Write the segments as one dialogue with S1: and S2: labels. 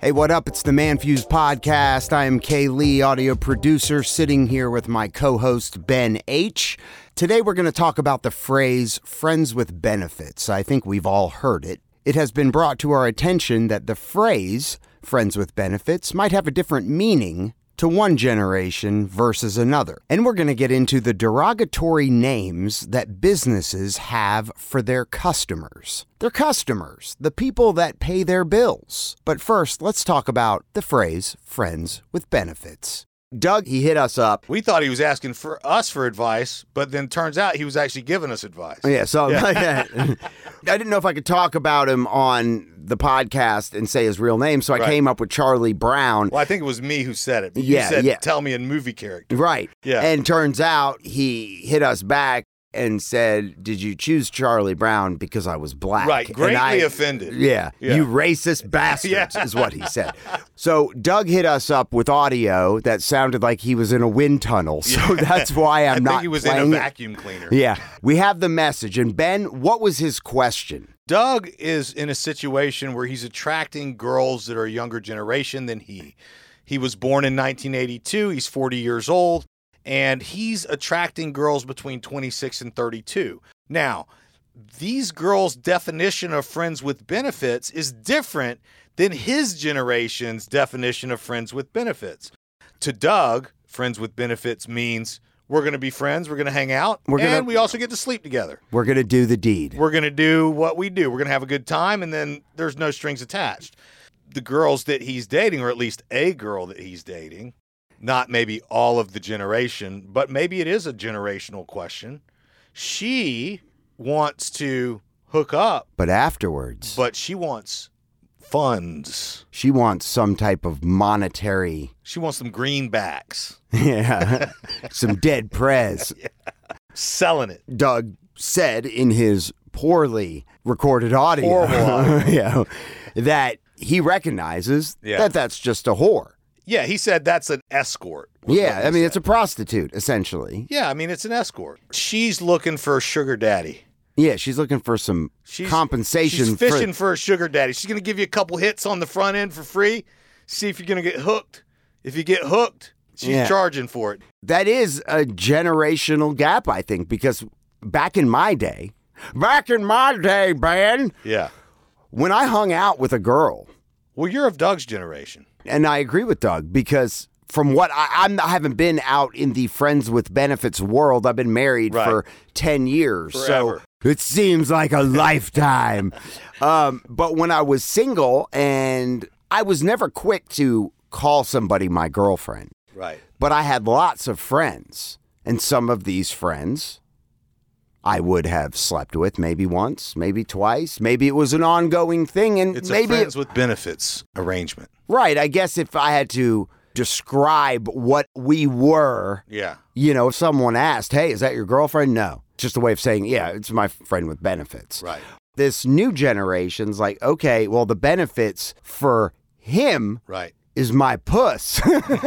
S1: Hey, what up? It's the Man Fuse podcast. I am Kay Lee, audio producer, sitting here with my co host, Ben H. Today, we're going to talk about the phrase friends with benefits. I think we've all heard it. It has been brought to our attention that the phrase friends with benefits might have a different meaning to one generation versus another. And we're going to get into the derogatory names that businesses have for their customers. Their customers, the people that pay their bills. But first, let's talk about the phrase friends with benefits. Doug, he hit us up.
S2: We thought he was asking for us for advice, but then turns out he was actually giving us advice.
S1: Oh, Yeah, so I didn't know if I could talk about him on the podcast and say his real name, so I
S2: Right.
S1: came up with Charlie Brown.
S2: Well, I think it was me who said it.
S1: Yeah,
S2: you said,
S1: yeah.
S2: Tell me in movie character.
S1: Right.
S2: Yeah.
S1: And turns out he hit us back and said, Did you choose Charlie Brown because I was black?
S2: Right.
S1: And
S2: Greatly
S1: I-
S2: offended.
S1: Yeah,
S2: Yeah.
S1: You racist bastards
S2: Yeah.
S1: is what he said. So Doug hit us up with audio that sounded like he was in a wind tunnel. So that's why I'm
S2: I
S1: not
S2: think he was in a
S1: playing it.
S2: vacuum cleaner.
S1: Yeah. We have the message. And Ben, what was his question?
S2: Doug is in a situation where he's attracting girls that are a younger generation than he. He was born in 1982, he's 40 years old, and he's attracting girls between 26 and 32. Now, these girls' definition of friends with benefits is different than his generation's definition of friends with benefits. To Doug, friends with benefits means we're going to be friends, we're going to hang out,
S1: We're gonna-
S2: and we also get to sleep together
S1: We're going to do the deed.
S2: we're going to do what we do. We're going to have a good time, and then there's no strings attached. The girls that he's dating, or at least a girl that he's dating, not maybe all of the generation, but maybe it is a generational question. She wants to hook up,
S1: but afterwards,
S2: but she wants funds.
S1: she wants some type of monetary,
S2: She wants some greenbacks,
S1: yeah, some dead prez.
S2: selling it.
S1: Doug said in his poorly recorded audio,
S2: Horrible audio.
S1: yeah, that he recognizes
S2: Yeah.
S1: that that's just a whore.
S2: Yeah, he said that's an escort. was what
S1: yeah,
S2: he
S1: I mean,
S2: said.
S1: it's a prostitute, essentially.
S2: yeah, I mean it's an escort. She's looking for a sugar daddy.
S1: Yeah, she's looking for some
S2: She's,
S1: compensation.
S2: She's fishing for, a sugar daddy. She's going to give you a couple hits on the front end for free. See if you're going to get hooked. If you get hooked, she's
S1: Yeah.
S2: charging for it.
S1: that is a generational gap, I think, because back in my day, back in my day, Ben,
S2: Yeah.
S1: when I hung out with a girl,
S2: Well, you're of Doug's generation.
S1: and I agree with Doug because from what I, I'm, I haven't been out in the friends with benefits world. I've been married
S2: Right.
S1: for ten years,
S2: Forever.
S1: so it seems like a lifetime. Um, but when I was single, and I was never quick to call somebody my girlfriend,
S2: Right.
S1: but I had lots of friends, and some of these friends. I would have slept with maybe once, maybe twice, maybe it was an ongoing thing, and
S2: It's
S1: maybe
S2: a friends with benefits arrangement.
S1: Right. I guess if I had to describe what we were,
S2: Yeah.
S1: you know, if someone asked, hey, is that your girlfriend? No. Just a way of saying, yeah, it's my friend with benefits.
S2: Right.
S1: This new generation's like, okay, well, the benefits for him
S2: Right.
S1: is my puss.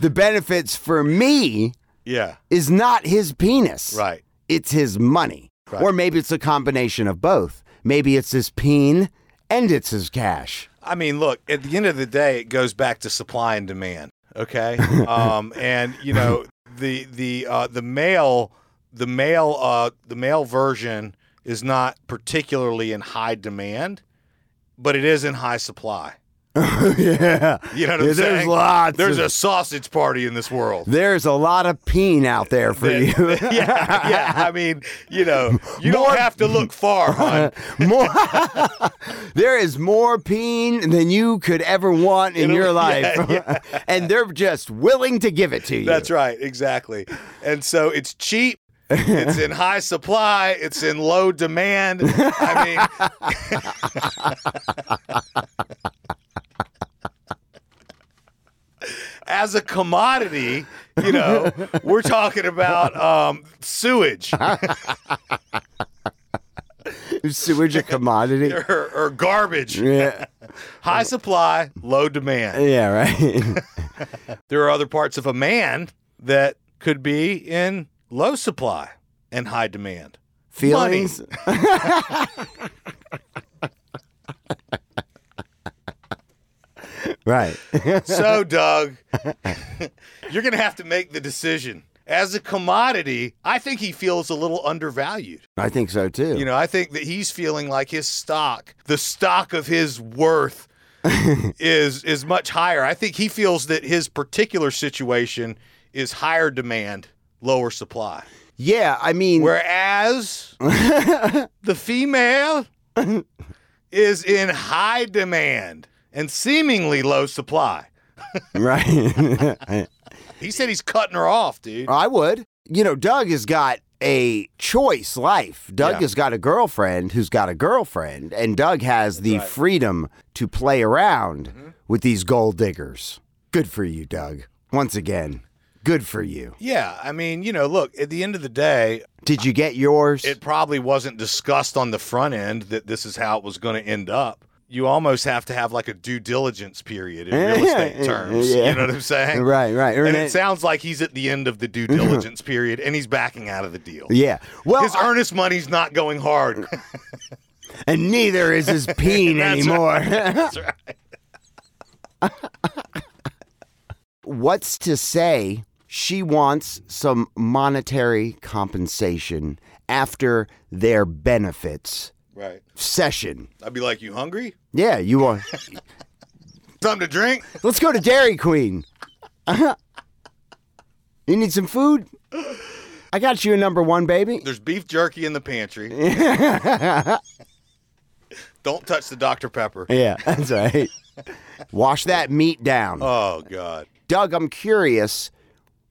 S1: the benefits for me
S2: Yeah.
S1: is not his penis.
S2: Right.
S1: It's his money.
S2: Right.
S1: Or maybe it's a combination of both. Maybe it's his peen and it's his cash.
S2: I mean, look, at the end of the day, it goes back to supply and demand. Okay. Um, and you know, the the uh, the male the male uh, the male version is not particularly in high demand, but it is in high supply.
S1: yeah.
S2: You know what
S1: Yeah,
S2: I'm saying?
S1: There's lots.
S2: There's
S1: of-
S2: a sausage party in this world.
S1: there's a lot of peen out there for
S2: Yeah,
S1: you.
S2: yeah, yeah. I mean, you know, you
S1: More-
S2: don't have to look far, hon.
S1: more there is more peen than you could ever want in
S2: It'll-
S1: your
S2: yeah,
S1: life
S2: yeah.
S1: and they're just willing to give it to you
S2: That's right, exactly. And so it's cheap. It's in high supply. It's in low demand. I mean, as a commodity, you know, we're talking about um, sewage
S1: right sewage a commodity
S2: or, or garbage.
S1: yeah
S2: High supply, low demand.
S1: yeah right
S2: There are other parts of a man that could be in low supply and high demand.
S1: feelings right
S2: So, Doug, you're going to have to make the decision. As a commodity, I think he feels a little undervalued.
S1: i think so too
S2: You know, I think that he's feeling like his stock, the stock of his worth is is much higher. I think he feels that his particular situation is higher demand, lower supply.
S1: yeah i mean
S2: Whereas the female is in high demand and seemingly low supply.
S1: right
S2: He said he's cutting her off, dude.
S1: I would. You know, Doug has got a choice life. Doug
S2: Yeah.
S1: has got a girlfriend who's got a girlfriend, and Doug has the freedom to play around
S2: Mm-hmm.
S1: with these gold diggers. Good for you, Doug. Once again, good for you.
S2: Yeah, I mean, you know, look, at the end of the day,
S1: Did you get yours?
S2: it probably wasn't discussed on the front end that this is how it was going to end up. You almost have to have like a due diligence period in real
S1: Yeah,
S2: estate terms.
S1: yeah.
S2: You know what I'm saying?
S1: right, right.
S2: And
S1: Ernie-
S2: it sounds like he's at the end of the due diligence period and he's backing out of the deal.
S1: yeah. Well,
S2: His earnest money's not going hard.
S1: and neither is his peen
S2: That's
S1: anymore.
S2: That's right.
S1: what's to say she wants some monetary compensation after their benefits
S2: Right.
S1: session?
S2: I'd be like, You hungry?
S1: Yeah, you want.
S2: Something to drink?
S1: Let's go to Dairy Queen. you need some food? I got you a number one, baby.
S2: There's beef jerky in the pantry. Don't touch the Dr. Pepper.
S1: Yeah, that's right. Wash that meat down.
S2: Oh, God.
S1: Doug, I'm curious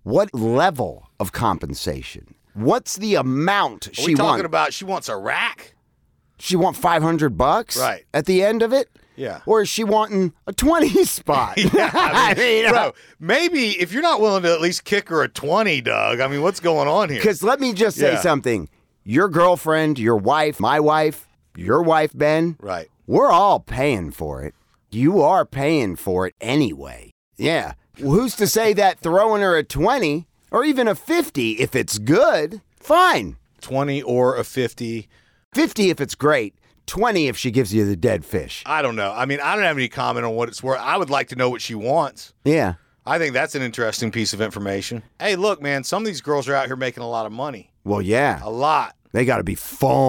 S1: what level of compensation? What's the amount
S2: Are
S1: she
S2: we talking
S1: wants?
S2: about she wants a rack?
S1: she want 500 bucks
S2: Right.
S1: at the end of it?
S2: Yeah.
S1: Or is she wanting a 20 spot? I mean, uh,
S2: Bro, maybe if you're not willing to at least kick her a 20, Doug, I mean, what's going on here?
S1: Because let me just say
S2: Yeah.
S1: something. Your girlfriend, your wife, my wife, your wife, Ben,
S2: Right.
S1: we're all paying for it. You are paying for it anyway. Yeah. Well, who's to say that throwing her a 20 or even a 50 if it's good? Fine.
S2: 20 or a 50.
S1: 50 if it's great, 20 if she gives you the dead fish.
S2: I don't know. I mean, I don't have any comment on what it's worth. I would like to know what she wants.
S1: Yeah.
S2: I think that's an interesting piece of information. Hey, look, man, some of these girls are out here making a lot of money.
S1: Well, yeah.
S2: A lot.
S1: They got to be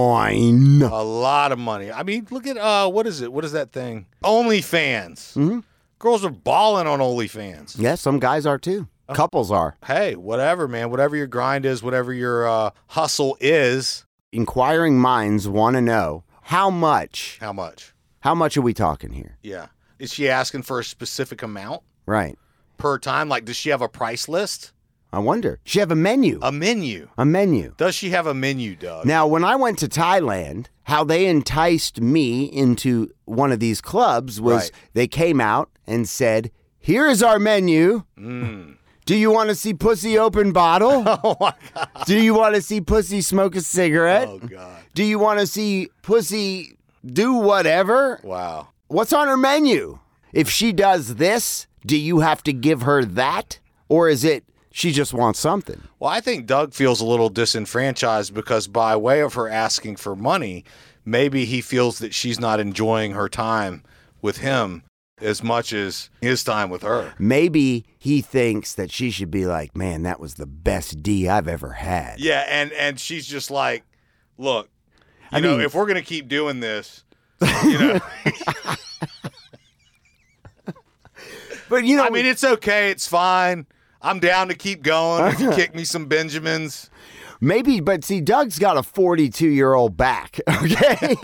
S1: fine.
S2: A lot of money. I mean, look at uh, what is it? What is that thing? OnlyFans.
S1: Mm-hmm.
S2: Girls are balling on OnlyFans.
S1: Yeah, some guys are too. Couples are.
S2: Hey, whatever, man. Whatever your grind is, whatever your uh, hustle is,
S1: Inquiring minds want to know how much.
S2: how much?
S1: How much are we talking here?
S2: Yeah. Is she asking for a specific amount
S1: Right.
S2: per time? Like, does she have a price list?
S1: I wonder. She have a menu.
S2: A menu.
S1: a menu.
S2: Does she have a menu, Doug?
S1: Now, when I went to Thailand, how they enticed me into one of these clubs was
S2: Right.
S1: they came out and said, "Here is our menu.
S2: Mm.
S1: Do you want to see pussy open bottle?
S2: Oh, my God.
S1: Do you want to see pussy smoke a cigarette?
S2: Oh, God.
S1: Do you want to see pussy do whatever?
S2: Wow.
S1: What's on her menu? If she does this, do you have to give her that, or is it she just wants something?"
S2: Well, I think Doug feels a little disenfranchised because by way of her asking for money, maybe he feels that she's not enjoying her time with him as much as his time with her.
S1: Maybe he thinks that she should be like, man, that was the best D I've ever had.
S2: Yeah, and and she's just like, look, You know, if we're gonna keep doing this, you know,
S1: but you know,
S2: I mean, it's okay, it's fine. I'm down to keep going. If you kick me some Benjamins,
S1: Maybe, but see, Doug's got a 42 year old back, okay?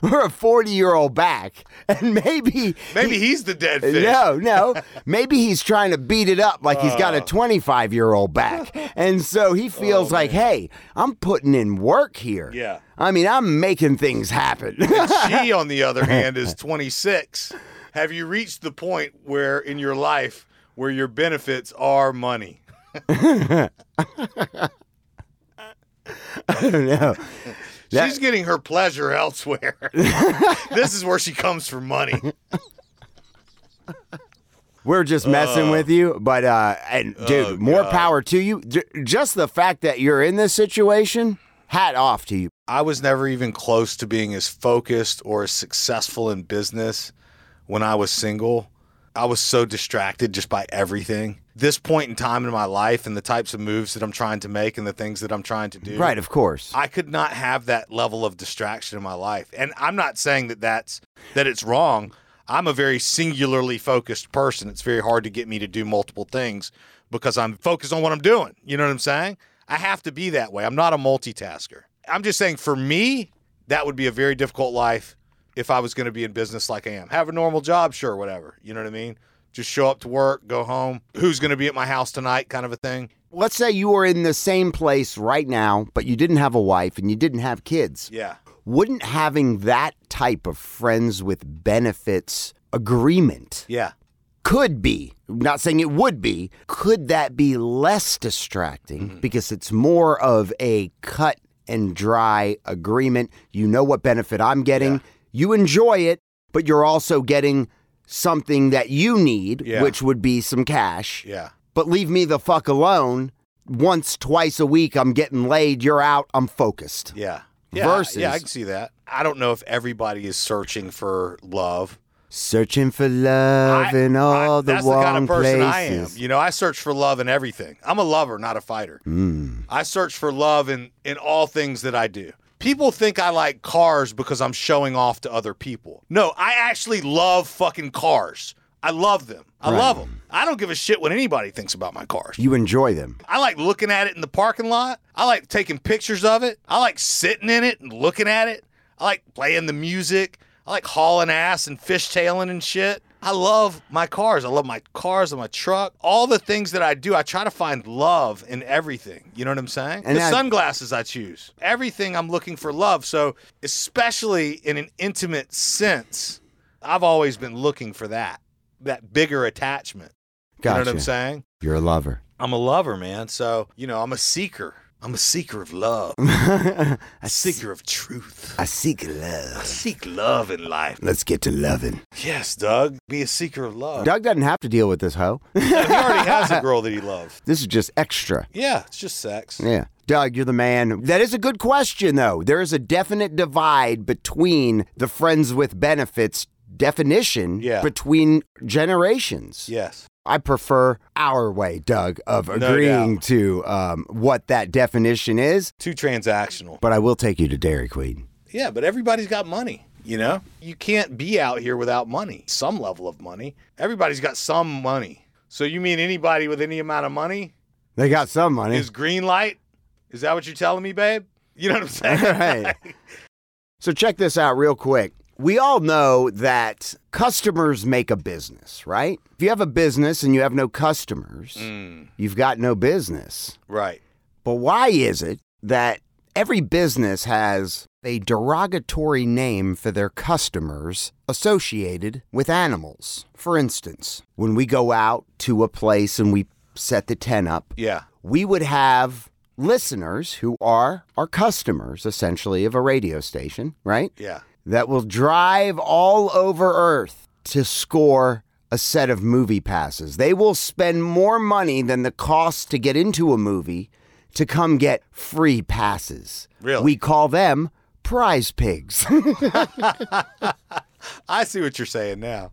S1: We're a 40 year old back. And maybe.
S2: maybe he's the dead fish.
S1: No, no. Maybe he's trying to beat it up like he's
S2: Uh.
S1: got a 25 year old back. And so
S2: Oh,
S1: he feels like, hey, I'm putting in work here.
S2: Yeah.
S1: I mean, I'm making things happen.
S2: She, on the other hand, is 26. Have you reached the point where in your life where your benefits are money?
S1: I don't know.
S2: She's getting her pleasure elsewhere. this is where she comes for money.
S1: We're just messing with you, but uh, and
S2: Oh,
S1: dude, more power to you. J- just the fact that you're in this situation, hat off to you.
S2: I was never even close to being as focused or as successful in business when I was single. I was so distracted just by everything. This point in time in my life and the types of moves that I'm trying to make and the things that I'm trying to do.
S1: Right, of course.
S2: I could not have that level of distraction in my life. And I'm not saying that that's that it's wrong. I'm a very singularly focused person. It's very hard to get me to do multiple things because I'm focused on what I'm doing. You know what I'm saying? I have to be that way. I'm not a multitasker. I'm just saying for me, that would be a very difficult life if I was going to be in business like I am. Have a normal job, sure, whatever. You know what I mean? Just show up to work, go home. Who's going to be at my house tonight kind of a thing.
S1: Let's say you were in the same place right now, but you didn't have a wife and you didn't have kids.
S2: Yeah.
S1: Wouldn't having that type of friends with benefits agreement
S2: Yeah.
S1: could be, I'm not saying it would be, could that be less distracting because it's more of a cut and dry agreement? You know what benefit I'm getting, you enjoy it, but you're also getting something that you need,
S2: Yeah.
S1: which would be some cash
S2: Yeah.
S1: but leave me the fuck alone. Once, twice a week, I'm getting laid. You're out. I'm focused.
S2: Yeah.
S1: Versus-
S2: Yeah, I can see that. I don't know if everybody is searching for love.
S1: Searching for love
S2: I-
S1: in all
S2: I-
S1: the
S2: that's
S1: wrong
S2: the kind of person
S1: places.
S2: I am. You know, I search for love in everything. I'm a lover, not a fighter.
S1: Hmm.
S2: I search for love in in all things that I do. People think I like cars because I'm showing off to other people. No, I actually love fucking cars. I love them. I love 'em. love them. I don't give a shit what anybody thinks about my cars.
S1: You enjoy them.
S2: I like looking at it in the parking lot. I like taking pictures of it. I like sitting in it and looking at it. I like playing the music. I like hauling ass and fishtailing and shit. I love my cars. I love my cars and my truck. All the things that I do, I try to find love in everything. You know what I'm saying?
S1: And
S2: the
S1: I-
S2: sunglasses I choose. Everything I'm looking for love. So, especially in an intimate sense, I've always been looking for that, that bigger attachment.
S1: Gotcha.
S2: You know what I'm saying?
S1: You're a lover.
S2: I'm a lover, man. So, you know, I'm a seeker. I'm a seeker of love,
S1: I
S2: a seeker of truth.
S1: I seek love.
S2: seek love in life.
S1: Let's get to loving.
S2: Yes, Doug. Be a seeker of love.
S1: Doug doesn't have to deal with this hoe.
S2: he already has a girl that he loves.
S1: this is just extra.
S2: Yeah, it's just sex.
S1: Yeah. Doug, you're the man. That is a good question, though. There is a definite divide between the friends with benefits definition
S2: Yeah.
S1: between generations.
S2: Yes.
S1: I prefer our way, Doug, of
S2: doubt.
S1: agreeing to um, what that definition is.
S2: Too transactional.
S1: But I will take you to Dairy Queen.
S2: Yeah, but everybody's got money, you know? You can't be out here without money, some level of money. Everybody's got some money. So, you mean anybody with any amount of money
S1: They got some money.
S2: is green light? Is that what you're telling me, babe? You know what I'm saying?
S1: Right. So check this out real quick. We all know that customers make a business, right? If you have a business and you have no customers, you've got no business.
S2: right.
S1: But why is it that every business has a derogatory name for their customers associated with animals? For instance, when we go out to a place and we set the tent up,
S2: Yeah.
S1: we would have listeners who are our customers, essentially, of a radio station, right?
S2: Yeah.
S1: That will drive all over Earth to score a set of movie passes. They will spend more money than the cost to get into a movie to come get free passes.
S2: Really?
S1: We call them prize pigs.
S2: I see what you're saying now.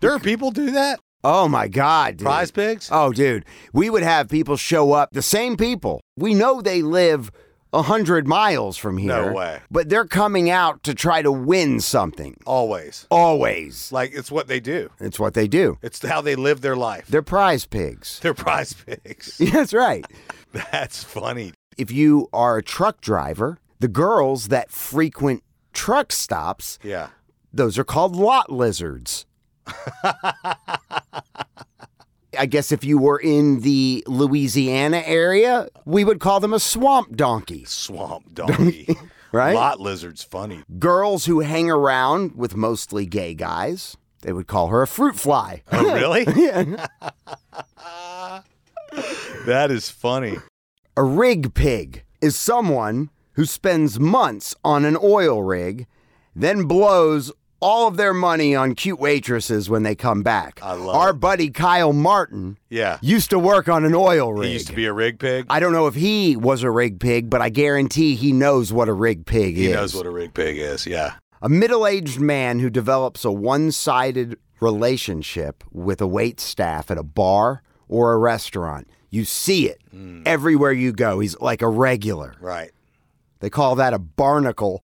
S2: There are people do that?
S1: oh my God, dude.
S2: Prize
S1: Uh,
S2: pigs?
S1: Oh, dude, we would have people show up, the same people. We know they live 100 miles from here.
S2: No way.
S1: But they're coming out to try to win something.
S2: Always.
S1: Always.
S2: Like it's what they do.
S1: It's what they do.
S2: It's how they live their life.
S1: They're prize pigs.
S2: They're prize pigs.
S1: That's right.
S2: That's funny.
S1: If you are a truck driver, the girls that frequent truck stops,
S2: Yeah.
S1: those are called lot lizards. I guess if you were in the Louisiana area, we would call them a swamp donkey.
S2: Swamp donkey.
S1: Right?
S2: Lot lizard's funny.
S1: Girls who hang around with mostly gay guys, they would call her a fruit fly.
S2: Oh, really? that is funny.
S1: A rig pig is someone who spends months on an oil rig, then blows all of their money on cute waitresses when they come back.
S2: I love
S1: Our buddy Kyle Martin
S2: Yeah.
S1: used to work on an oil rig.
S2: He used to be a rig pig.
S1: I don't know if he was a rig pig, but I guarantee he knows what a rig pig
S2: he
S1: is.
S2: knows what a rig pig is. Yeah.
S1: a middle-aged man who develops a one-sided relationship with a wait staff at a bar or a restaurant. You see it everywhere you go. He's like a regular.
S2: Right.
S1: They call that a barnacle.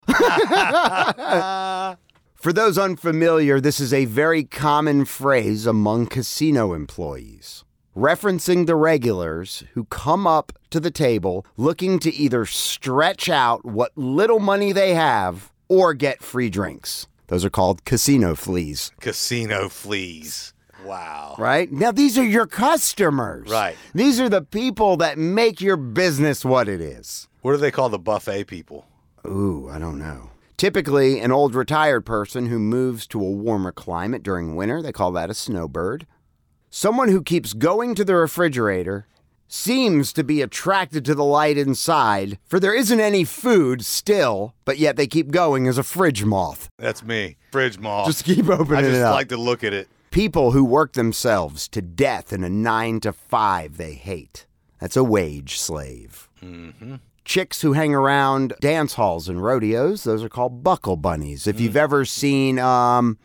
S1: For those unfamiliar, this is a very common phrase among casino employees, referencing the regulars who come up to the table looking to either stretch out what little money they have or get free drinks. Those are called casino fleas,
S2: Casino fleas. Wow.
S1: right? Now, these are your customers.
S2: Right.
S1: These are the people that make your business what it is.
S2: What do they call the buffet people?
S1: Ooh, I don't know. Typically, an old retired person who moves to a warmer climate during winter, they call that a snowbird. Someone who keeps going to the refrigerator seems to be attracted to the light inside, for there isn't any food still, but yet they keep going as a fridge moth.
S2: That's me. Fridge mall.
S1: Just keep opening
S2: Oh. I just
S1: it up.
S2: like to look at it.
S1: People who work themselves to death in a nine to five they hate. That's a wage slave. Mm-hmm. Chicks who hang around dance halls and rodeos, those are called buckle bunnies. If
S2: Mm.
S1: you've ever seen um,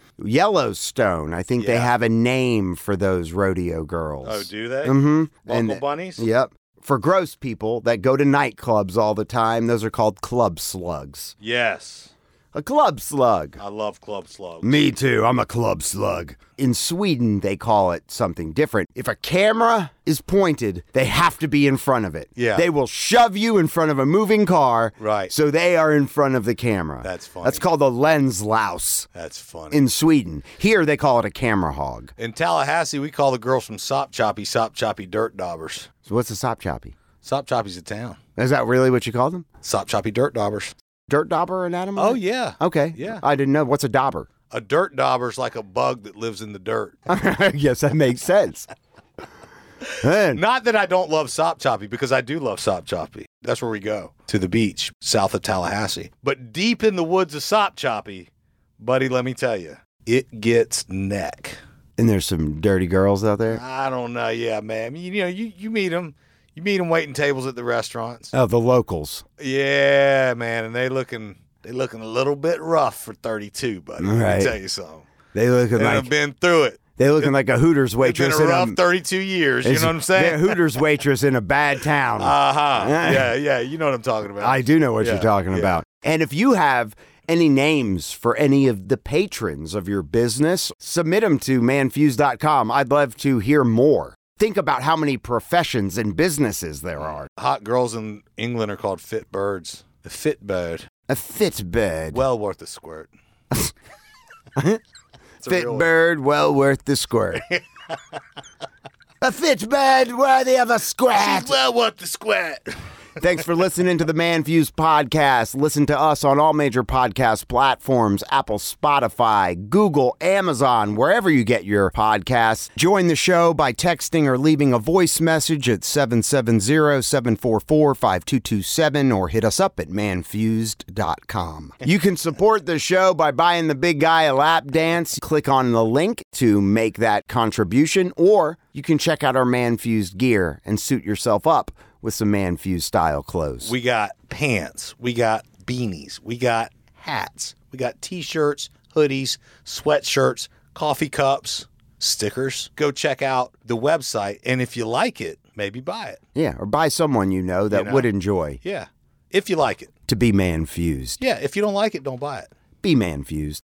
S1: Yellowstone, I think they
S2: Yeah.
S1: have a name for those rodeo girls.
S2: Oh, do they?
S1: Mm-hmm.
S2: Buckle bunnies?
S1: Yep. For gross people that go to nightclubs all the time, those are called club slugs.
S2: Yes.
S1: A club slug.
S2: I love club slugs.
S1: Me too. I'm a club slug. In Sweden, they call it something different. If a camera is pointed, they have to be in front of it.
S2: Yeah.
S1: They will shove you in front of a moving car.
S2: Right.
S1: So they are in front of the camera.
S2: That's funny.
S1: That's called a lens louse
S2: That's funny.
S1: in Sweden. Here, they call it a camera hog.
S2: In Tallahassee, we call the girls from Sop Choppy Sop Choppy Dirt Daubers.
S1: So, what's a sop choppy?
S2: Sop Choppy's a town.
S1: Is that really what you call them?
S2: Sop Choppy Dirt Daubers.
S1: Dirt dauber an animal?
S2: Oh, yeah.
S1: Okay.
S2: Yeah.
S1: I didn't know. What's a dauber?
S2: A dirt dauber's like a bug that lives in the dirt.
S1: yes, that makes sense. Man,
S2: Not that I don't love Sop Choppy, because I do love Sop Choppy. That's where we go to the beach south of Tallahassee. But deep in the woods of Sop Choppy, buddy, let me tell you, it gets neck.
S1: And there's some dirty girls out there.
S2: I don't know. Yeah, man. You, you know, you, you meet them. You meet them waiting tables at the restaurants.
S1: Oh, the locals.
S2: Yeah, man, and they looking they looking a little bit rough for 32, buddy. Let
S1: Right.
S2: me tell you something.
S1: They looking
S2: They done
S1: like
S2: been through it.
S1: they looking like a Hooters
S2: It's been
S1: waitress.
S2: a rough
S1: in
S2: 32 years. You
S1: is-
S2: know what
S1: They're a
S2: I'm saying?
S1: Hooters waitress in a bad town.
S2: Uh huh. Yeah, yeah. You know what I'm talking about.
S1: I do know what
S2: yeah,
S1: you're talking
S2: yeah.
S1: about. And if you have any names for any of the patrons of your business, submit them to manfuse.com. I'd love to hear more. Think about how many professions and businesses there are.
S2: Hot girls in England are called fit birds. The fit bird,
S1: A Fitbird.
S2: well worth a squirt. It's a real one.
S1: Fitbird, well worth the squirt. a Fitbird worthy of a squirt.
S2: She's well worth the squirt.
S1: Thanks for listening to the Man Fuse podcast. Listen to us on all major podcast platforms Apple, Spotify, Google, Amazon, wherever you get your podcasts. Join the show by texting or leaving a voice message at 770 744 5227 or hit us up at manfused.com. You can support the show by buying the big guy a lap dance. Click on the link to make that contribution, or you can check out our Man Fused gear and suit yourself up with some man fuse style clothes.
S2: We got pants. We got beanies. We got hats. We got t shirts, hoodies, sweatshirts, coffee cups, stickers. Go check out the website. And if you like it, maybe buy it.
S1: yeah, or buy someone you know that
S2: You know.
S1: would enjoy.
S2: Yeah. if you like it.
S1: to be man fused.
S2: Yeah, if you don't like it, don't buy it.
S1: Be man fused.